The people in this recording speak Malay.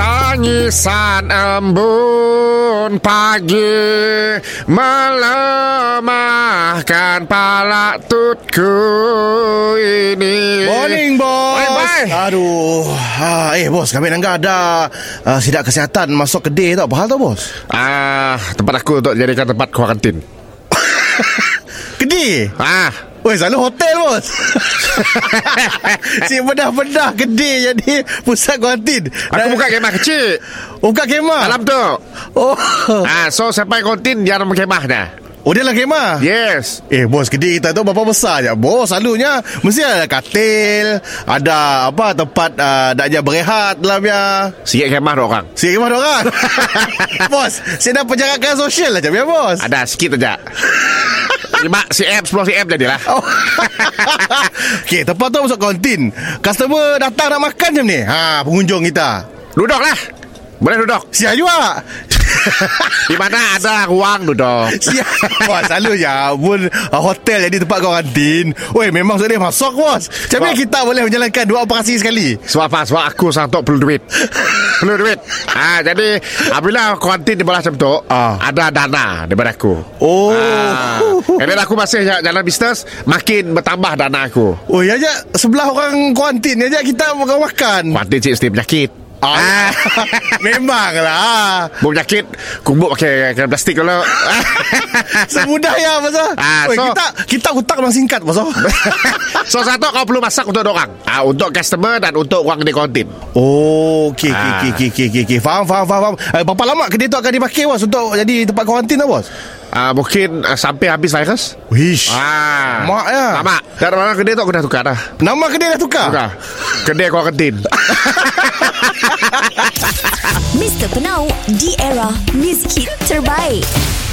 Tangisan embun pagi Melemahkan pala tutku ini Morning bos Morning, bye. Aduh ha, Eh bos kami nangga ada uh, Sidak kesihatan masuk kedai tau Apa hal tau bos Ah, Tempat aku untuk jadikan tempat kuarantin Kedai Ah, Weh selalu hotel bos Si bedah-bedah kedai jadi Pusat kuarantin Aku buka kemah kecil Buka kemah Dalam tu Oh ah, So sampai kuarantin Dia dalam kemah dah Oh dia dalam kemah Yes Eh bos kedai kita tu berapa besar je Bos selalunya Mesti ada katil Ada apa tempat uh, Nak je berehat ya. dalamnya Sikit kemah dua orang Sikit kemah orang Bos Saya dah penjarakan sosial lah Macam ya bos Ada sikit saja 5 CM 10 CM jadilah Oh. okay, tempat tu masuk kantin. Customer datang nak makan macam ni. Ha, pengunjung kita. Duduk lah Boleh duduk Siap juga. Di mana ada ruang duduk Siap. Wah, selalu ya pun uh, hotel jadi tempat kau kantin. Weh, memang boleh masuk, bos. Macam mana Wah. kita boleh menjalankan dua operasi sekali? Sebab apa? Sebab aku sangat perlu duit Perlu duit ha, Jadi Apabila kuarantin di bola macam tu Ah. Ada dana daripada aku Oh. Ah. And then aku masih ja- jalan bisnes Makin bertambah dana aku Oh, ya je sebelah orang kuantin ya je kita makan makan. Kuarantin cik mesti penyakit Ah, ah. memanglah. Bom penyakit Kumbuk pakai kain plastik dulu Semudah ya, bos. Ah, Weh, so- kita kita hutang memang singkat, bos. So satu kau perlu masak untuk orang ah, Untuk customer dan untuk orang di kuarantin Oh, okey okey Ah. okey okey okey okey. Okay. Faham faham faham. faham. Eh, berapa lama kedai tu akan dipakai bos untuk jadi tempat kuarantin lah bos? ah, Mungkin ah, sampai habis virus Wish. Ah, Mak ya. Ah. Lama Dan orang kedai tu aku dah tukar dah Nama kedai dah tukar. Tukar Kedai kuarantin Mr. Penau, di era music hit terbaik.